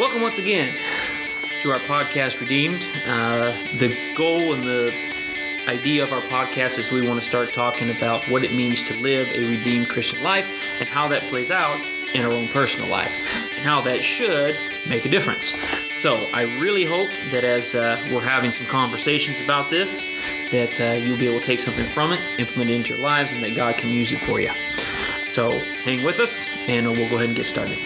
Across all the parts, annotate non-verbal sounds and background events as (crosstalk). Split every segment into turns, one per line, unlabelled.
Welcome once again to our podcast, Redeemed. Uh, the goal and the idea of our podcast is we want to start talking about what it means to live a redeemed Christian life and how that plays out in our own personal life and how that should make a difference. So I really hope that as uh, we're having some conversations about this, that uh, you'll be able to take something from it, implement it into your lives, and that God can use it for you. So hang with us, and we'll go ahead and get started.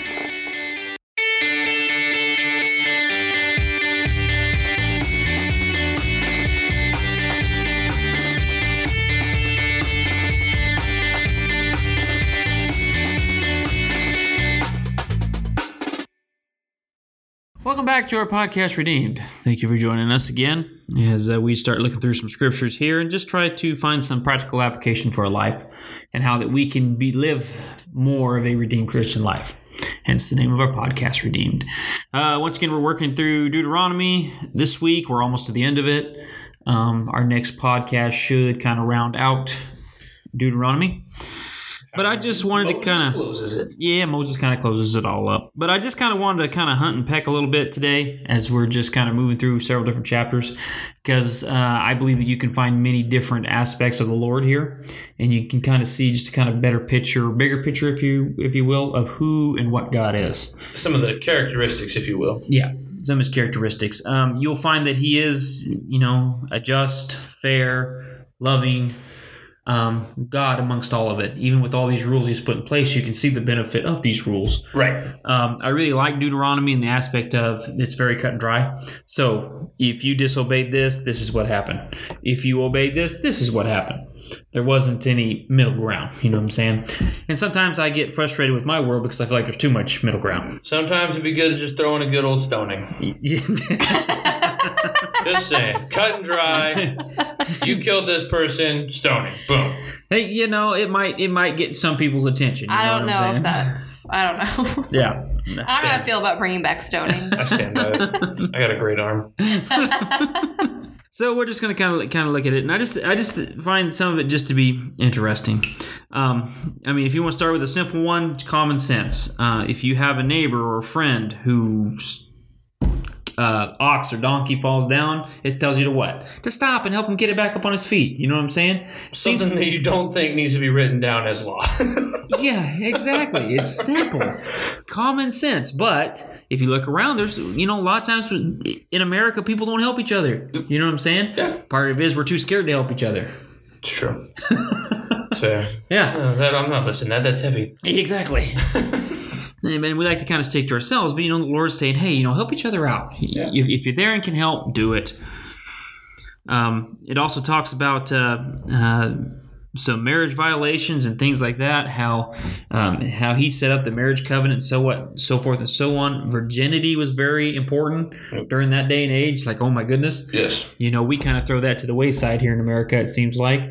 Welcome back to our podcast, Redeemed. Thank you for joining us again as uh, we start looking through some scriptures here and just try to find some practical application for our life and how that we can be live more of a redeemed Christian life. Hence the name of our podcast, Redeemed. Uh, once again, we're working through Deuteronomy this week. We're almost to the end of it. Um, our next podcast should kind of round out Deuteronomy. But I just wanted to kind of
closes it.
yeah, Moses kind of closes it all up. But I just kind of wanted to kind of hunt and peck a little bit today as we're just kind of moving through several different chapters because uh, I believe that you can find many different aspects of the Lord here, and you can kind of see just a kind of better picture, bigger picture, if you if you will, of who and what God is.
Some of the characteristics, if you will.
Yeah, some of his characteristics. Um, you'll find that he is, you know, a just, fair, loving um, God amongst all of it. Even with all these rules he's put in place, you can see the benefit of these rules.
Right.
Um, I really like Deuteronomy in the aspect of it's very cut and dry. So if you disobeyed this, this is what happened. If you obeyed this, this is what happened. There wasn't any middle ground. You know what I'm saying? And sometimes I get frustrated with my world because I feel like there's too much middle ground. (laughs)
Sometimes it'd be good to just throw in a good old stoning.
(laughs)
Just saying. Cut and dry. You killed this person, stoning. Boom.
Hey, you know, it might it might get some people's attention. You
I don't
what
know
I'm saying?
if that's. I don't know. (laughs)
Yeah.
I don't know how I feel about bringing back stoning.
I stand by it. I got a great arm.
So we're just gonna kind of kind of look at it, and I just I just find some of it just to be interesting. Um, I mean, if you want to start with a simple one, common sense. Uh, if you have a neighbor or a friend whose uh, ox or donkey falls down, it tells you to what to stop and help him get it back up on his feet. You know what I'm saying?
Something that you don't think needs to be written down as law. (laughs)
Yeah, exactly. It's simple, common sense. But if you look around, there's you know a lot of times in America people don't help each other. You know what I'm saying? Part of it is we're too scared to help each other.
Sure. It's fair.
Yeah.
No, that, I'm not listening to that. That's heavy.
Exactly. and and we like to kind of stick to ourselves, but you know, the Lord's saying, hey, you know, help each other out. If, if you're there and can help, do it. Um, it also talks about uh, uh, some marriage violations and things like that. How um, how he set up the marriage covenant, so what, so forth and so on. Virginity was very important during that day and age. Like, oh my goodness,
Yes.
you know, we kind of throw that to the wayside here in America, it seems like,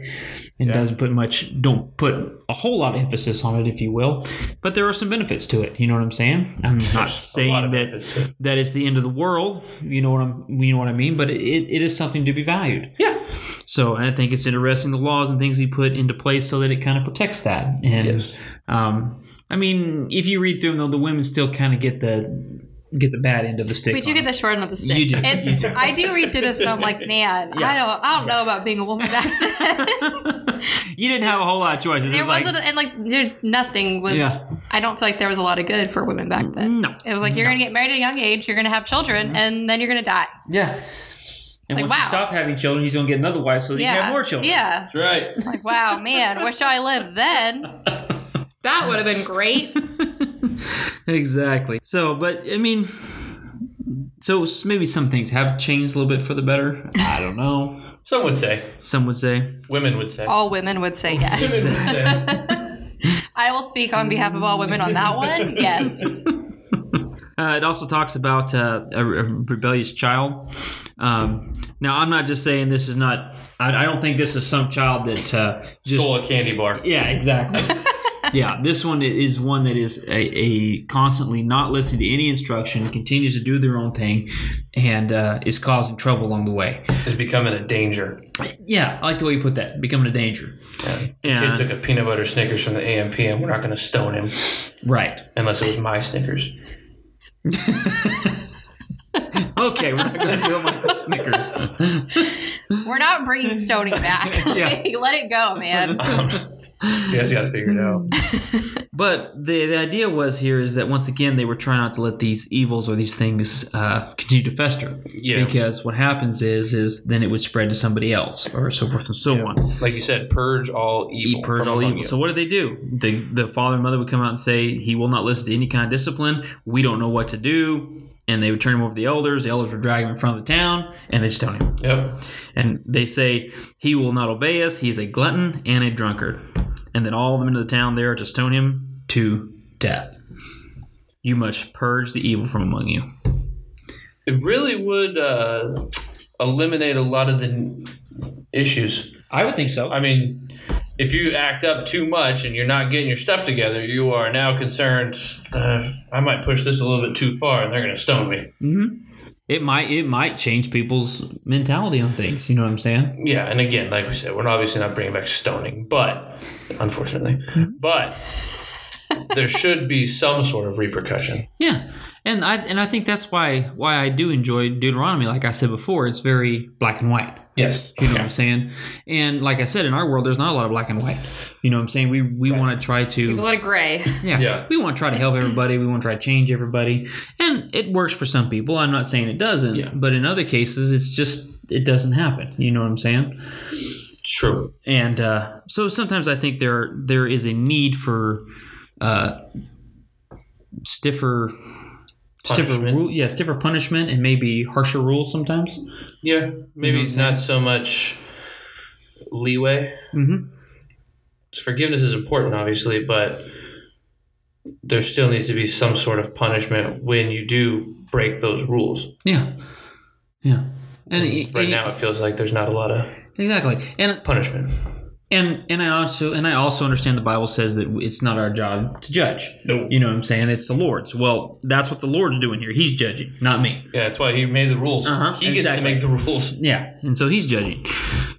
and doesn't put much, don't put a whole lot of emphasis on it, if you will. But there are some benefits to it. You know what I'm saying?
(laughs)
I'm not saying
of benefits to
that
it.
that it's the end of the world. You know what I'm, you know what I mean? But it, it is something to be valued.
Yeah.
So I think it's interesting the laws and things he put into place so that it kind of protects that. And
Yes.
um, I mean, if you read through them, though, the women still kind of get the get the bad end of the stick.
We do
on
get
it.
the short end of the stick.
You do.
It's, I do read through this and I'm like,
(laughs)
man, I don't, I don't know about being a woman back then.
you didn't have a whole lot of choices. It
there
was like-
wasn't, and like, there, nothing was.
Yeah.
I don't feel like there was a lot of good for women back then.
No.
It was like you're gonna get married at a young age, you're gonna have children, and then you're gonna die.
Yeah. And
like,
once you
wow.
stop having children, he's gonna get another wife so that
yeah,
he can have more children.
Yeah,
That's right.
like wow, man, wish I
(laughs)
lived then. That would have been great.
Exactly. So, but I mean, so s- maybe some things have changed a little bit for the better. I don't know.
Some would say.
Some would say.
Women would say.
All women would say yes.
Women would say.
(laughs) I will speak on behalf of all women on that one. Yes.
Uh, it also talks about uh, a, re- a rebellious child. Um, now, I'm not just saying this is not. I, I don't think this is some child that uh, just
Stole a candy bar.
Yeah, exactly. yeah, this one is one that is a, a constantly not listening to any instruction, continues to do their own thing, and uh, is causing trouble along the way.
Is becoming a danger.
Yeah, I like the way you put that. Becoming a danger.
Kid
Yeah.
took a peanut butter Snickers from the AMP, and we're not going to stone him
Right. (laughs)
unless it was my Snickers.
Okay, we're not going to do my Snickers.
We're not bringing Stony back.
(laughs) Yeah.
Like, (laughs) Let it go, man.
(laughs)
you guys got to figure it out.
But the, the idea was here is that once again they were trying not to let these evils or these things uh, continue to fester.
Yeah.
Because what happens is is then it would spread to somebody else or so forth and so on.
Like you said, purge all evil.
Eat purge
from
all
among
evil.
you.
So what did they do? The the father and mother would come out and say he will not listen to any kind of discipline. We don't know what to do. And they would turn him over to the elders. The elders would drag him in front of the town and they stone him.
Yep.
And they say, He will not obey us. He is a glutton and a drunkard. And then all of them into the town there to stone him to death. You must purge the evil from among you.
It really would uh, eliminate a lot of the n- issues.
I would think so.
I mean, if you act up too much and you're not getting your stuff together, you are now concerned. Uh, I might push this a little bit too far, and they're going to stone me.
It might it might change people's mentality on things. You know what I'm saying?
Yeah, and again, like we said, we're obviously not bringing back stoning, but unfortunately,
Mm-hmm.
but there should be some sort of repercussion.
Yeah, and I and I think that's why why I do enjoy Deuteronomy. Like I said before, it's very black and white.
Yes.
You know what I'm saying? And like I said, in our world, there's not a lot of black and white. You know what I'm saying? We we want to try to
A lot of gray.
Yeah.
Yeah.
We want to try to help everybody. We want to try to change everybody. And it works for some people. I'm not saying it doesn't,
Yeah.
but in other cases, it's just, it doesn't happen. You know what I'm saying?
It's true.
And uh, so sometimes I think there there is a need for uh, stiffer. Stiffer
Punishment.
rule, yeah, stiffer punishment and maybe harsher rules sometimes.
Yeah, maybe
what I'm
it's not so much leeway.
Mm-hmm.
forgiveness is important, obviously, but there still needs to be some sort of punishment when you do break those rules.
Yeah, yeah, and, e-,
Right now, it feels like there's not a lot of
exactly. And
punishment.
And and I also and I also understand the Bible says that it's not our job to judge.
No.
You know what I'm saying? It's the Lord's. Well, that's what the Lord's doing here. He's judging, not me.
Yeah, that's why he made the rules.
Uh-huh,
he gets to
exactly.
make the rules.
Yeah, and so he's judging.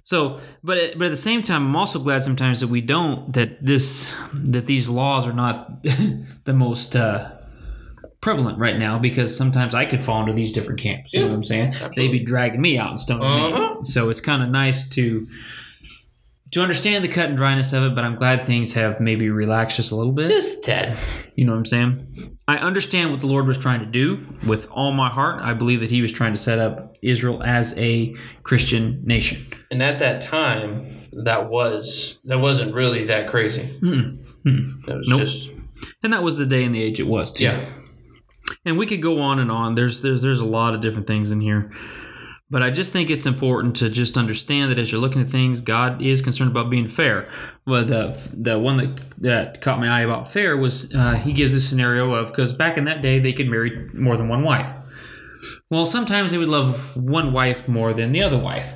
So, but at, but at the same time, I'm also glad sometimes that we don't that this that these laws are not (laughs) the most uh, prevalent right now because sometimes I could fall into these different camps. You know what I'm saying? They'd be dragging me out and stoning
Uh-huh.
me. So it's kind of nice to to understand the cut and dryness of it. But I'm glad things have maybe relaxed just a little bit.
Just Ted.
You know what I'm saying? I understand what the Lord was trying to do with all my heart. I believe that He was trying to set up Israel as a Christian nation.
And at that time, that was that wasn't really that crazy. That was
Nope.
just
And that was the day and the age it was, too.
yeah.
And we could go on and on. There's there's there's a lot of different things in here. But I just think it's important to just understand that as you're looking at things, God is concerned about being fair. Well, the the one that that caught my eye about fair was uh, he gives this scenario of because back in that day they could marry more than one wife. Well, sometimes they would love one wife more than the other wife.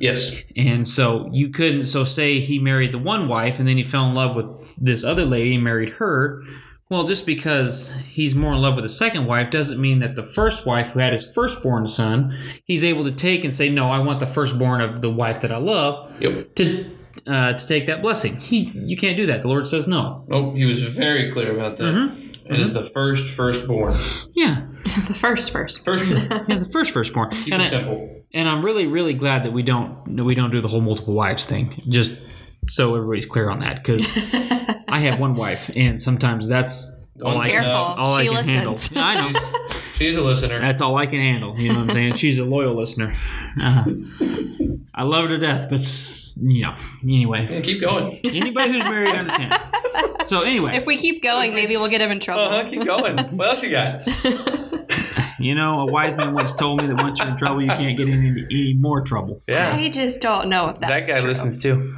Yes.
And so you couldn't. So say he married the one wife, and then he fell in love with this other lady and married her. Well, just because he's more in love with the second wife doesn't mean that the first wife, who had his firstborn son, he's able to take and say, "No, I want the firstborn of the wife that I love
Yep.
to uh, to take that blessing." He, you can't do that. The Lord says no.
Oh, he was very clear about that. It is the first firstborn.
Yeah,
the first first.
First, (laughs)
yeah, the first firstborn.
keep
And
it
I-
simple.
and I'm really really glad that we don't that we don't do the whole multiple wives thing. Just so everybody's clear on that,
(laughs)
because I have one wife, and sometimes that's all I
Careful.
can, all
she
I can handle.
listens.
I know
She's a listener.
that's all I can handle. You know what I'm saying? She's a loyal listener. Uh, I love her to death, but s- you know. Anyway,
Yeah, keep going.
anybody who's married understands. So anyway,
If we keep going, maybe we'll get him in trouble.
Oh,
Uh huh. Keep going. What else you got?
you know, a wise man once told me that once you're in trouble, you can't get into any, any more trouble.
I just don't know if that's true.
too.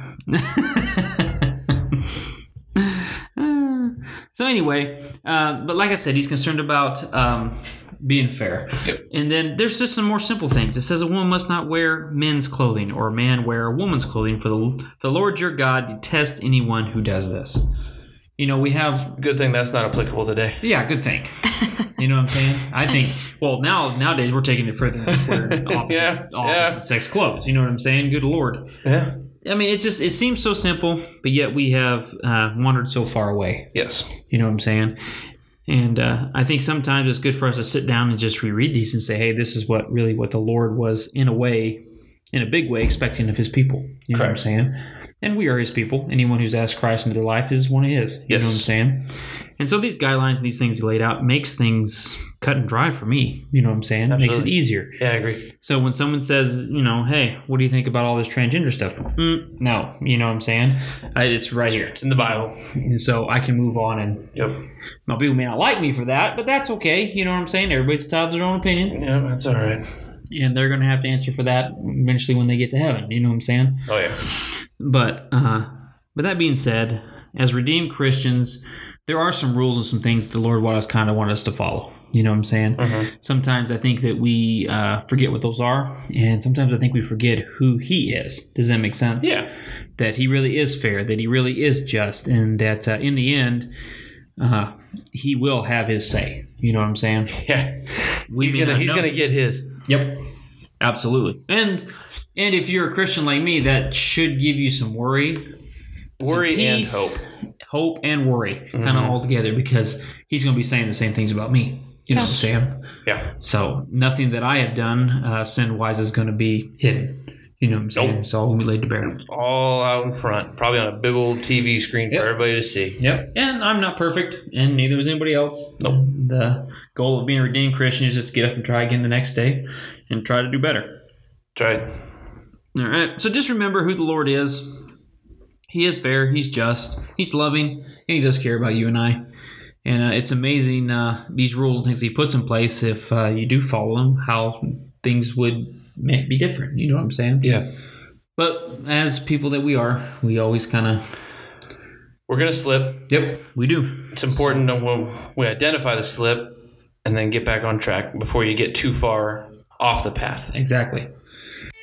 (laughs) so anyway, uh, but like I said, he's concerned about um, being fair. And then there's just some more simple things. It says a woman must not wear men's clothing, or a man wear a woman's clothing. For the the Lord your God detests anyone who does this. You know we have
Good thing that's not applicable today.
yeah, good
(laughs)
thing. You know what I'm saying? I think well now nowadays we're taking it further than just
(laughs)
wearing opposite,
Yeah,
opposite
yeah.
sex clothes. You know what I'm saying? Good Lord.
Yeah.
I mean, it's just it seems so simple, but yet we have uh, wandered so far away.
Yes.
You know what I'm saying? And uh, I think sometimes it's good for us to sit down and just reread these and say, hey, this is what really what the Lord was in a way, in a big way, expecting of his people. You know
Correct.
what I'm saying? And we are his people. Anyone who's asked Christ into their life is one of his. You know what I'm
Yes.
saying? And so these guidelines and these things he laid out makes things cut and dry for me. You know what I'm saying? Makes it
Absolutely.
easier.
Yeah, I agree.
So when someone says, you know, hey, what do you think about all this transgender stuff? Mm, no, you know what I'm saying? I, it's right here.
It's in the Bible.
And so I can move on and
Yep.
now, people may not like me for that, but that's okay. You know what I'm saying? Everybody's entitled to their own opinion,
Yeah, that's all right.
and they're going to have to answer for that eventually when they get to heaven. You know what I'm saying?
Oh yeah.
But, uh, but that being said, as redeemed Christians, there are some rules and some things that the Lord wants kind of want us to follow. You know what I'm saying?
Mm-hmm.
Sometimes I think that we uh, forget what those are, and sometimes I think we forget who He is. Does that make sense?
Yeah.
that he really is fair, that he really is just, and that uh, in the end, uh, he will have his say. You know what I'm saying?
Yeah.
We
He's
may
gonna
not
he's
know-
gonna get his.
Yep, absolutely. And and if you're a Christian like me, that should give you some worry,
Worry and
peace.
hope. Mm-hmm.
hope, and worry, kind of all together, because he's going to be saying the same things about me. You know what I'm saying?
Yeah.
So nothing that I have done uh, sin wise is going to be hidden. You know what I'm saying?
Nope.
It's all going to be laid to bear.
All out in front, probably on a big old TV screen
Yep.
for everybody to see.
Yep. And I'm not perfect, and neither was anybody else.
Nope.
The goal of being a redeemed Christian is just to get up and try again the next day and try to do better.
That's right.
All right. So just remember who the Lord is. He is fair, He's just, He's loving, and He does care about you and I. And uh, it's amazing uh, these rules and things He puts in place, if uh, you do follow them, how things would may be different. You know what I'm saying?
Yeah.
But as people that we are, we always kind of.
We're gonna slip.
Yep. We do.
It's important that we'll, we identify the slip and then get back on track before you get too far off the path.
Exactly.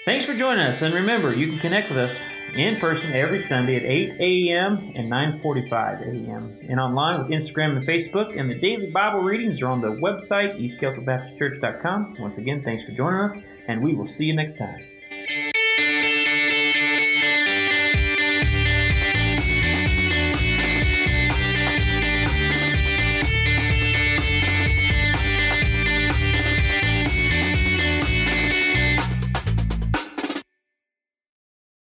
Thanks for joining us, and remember, you can connect with us in person every Sunday at 8 a.m. and 9:45 a.m. and online with Instagram and Facebook. And the daily Bible readings are on the website eastcastlebaptistchurch.com. Once again, thanks for joining us, and we will see you next time.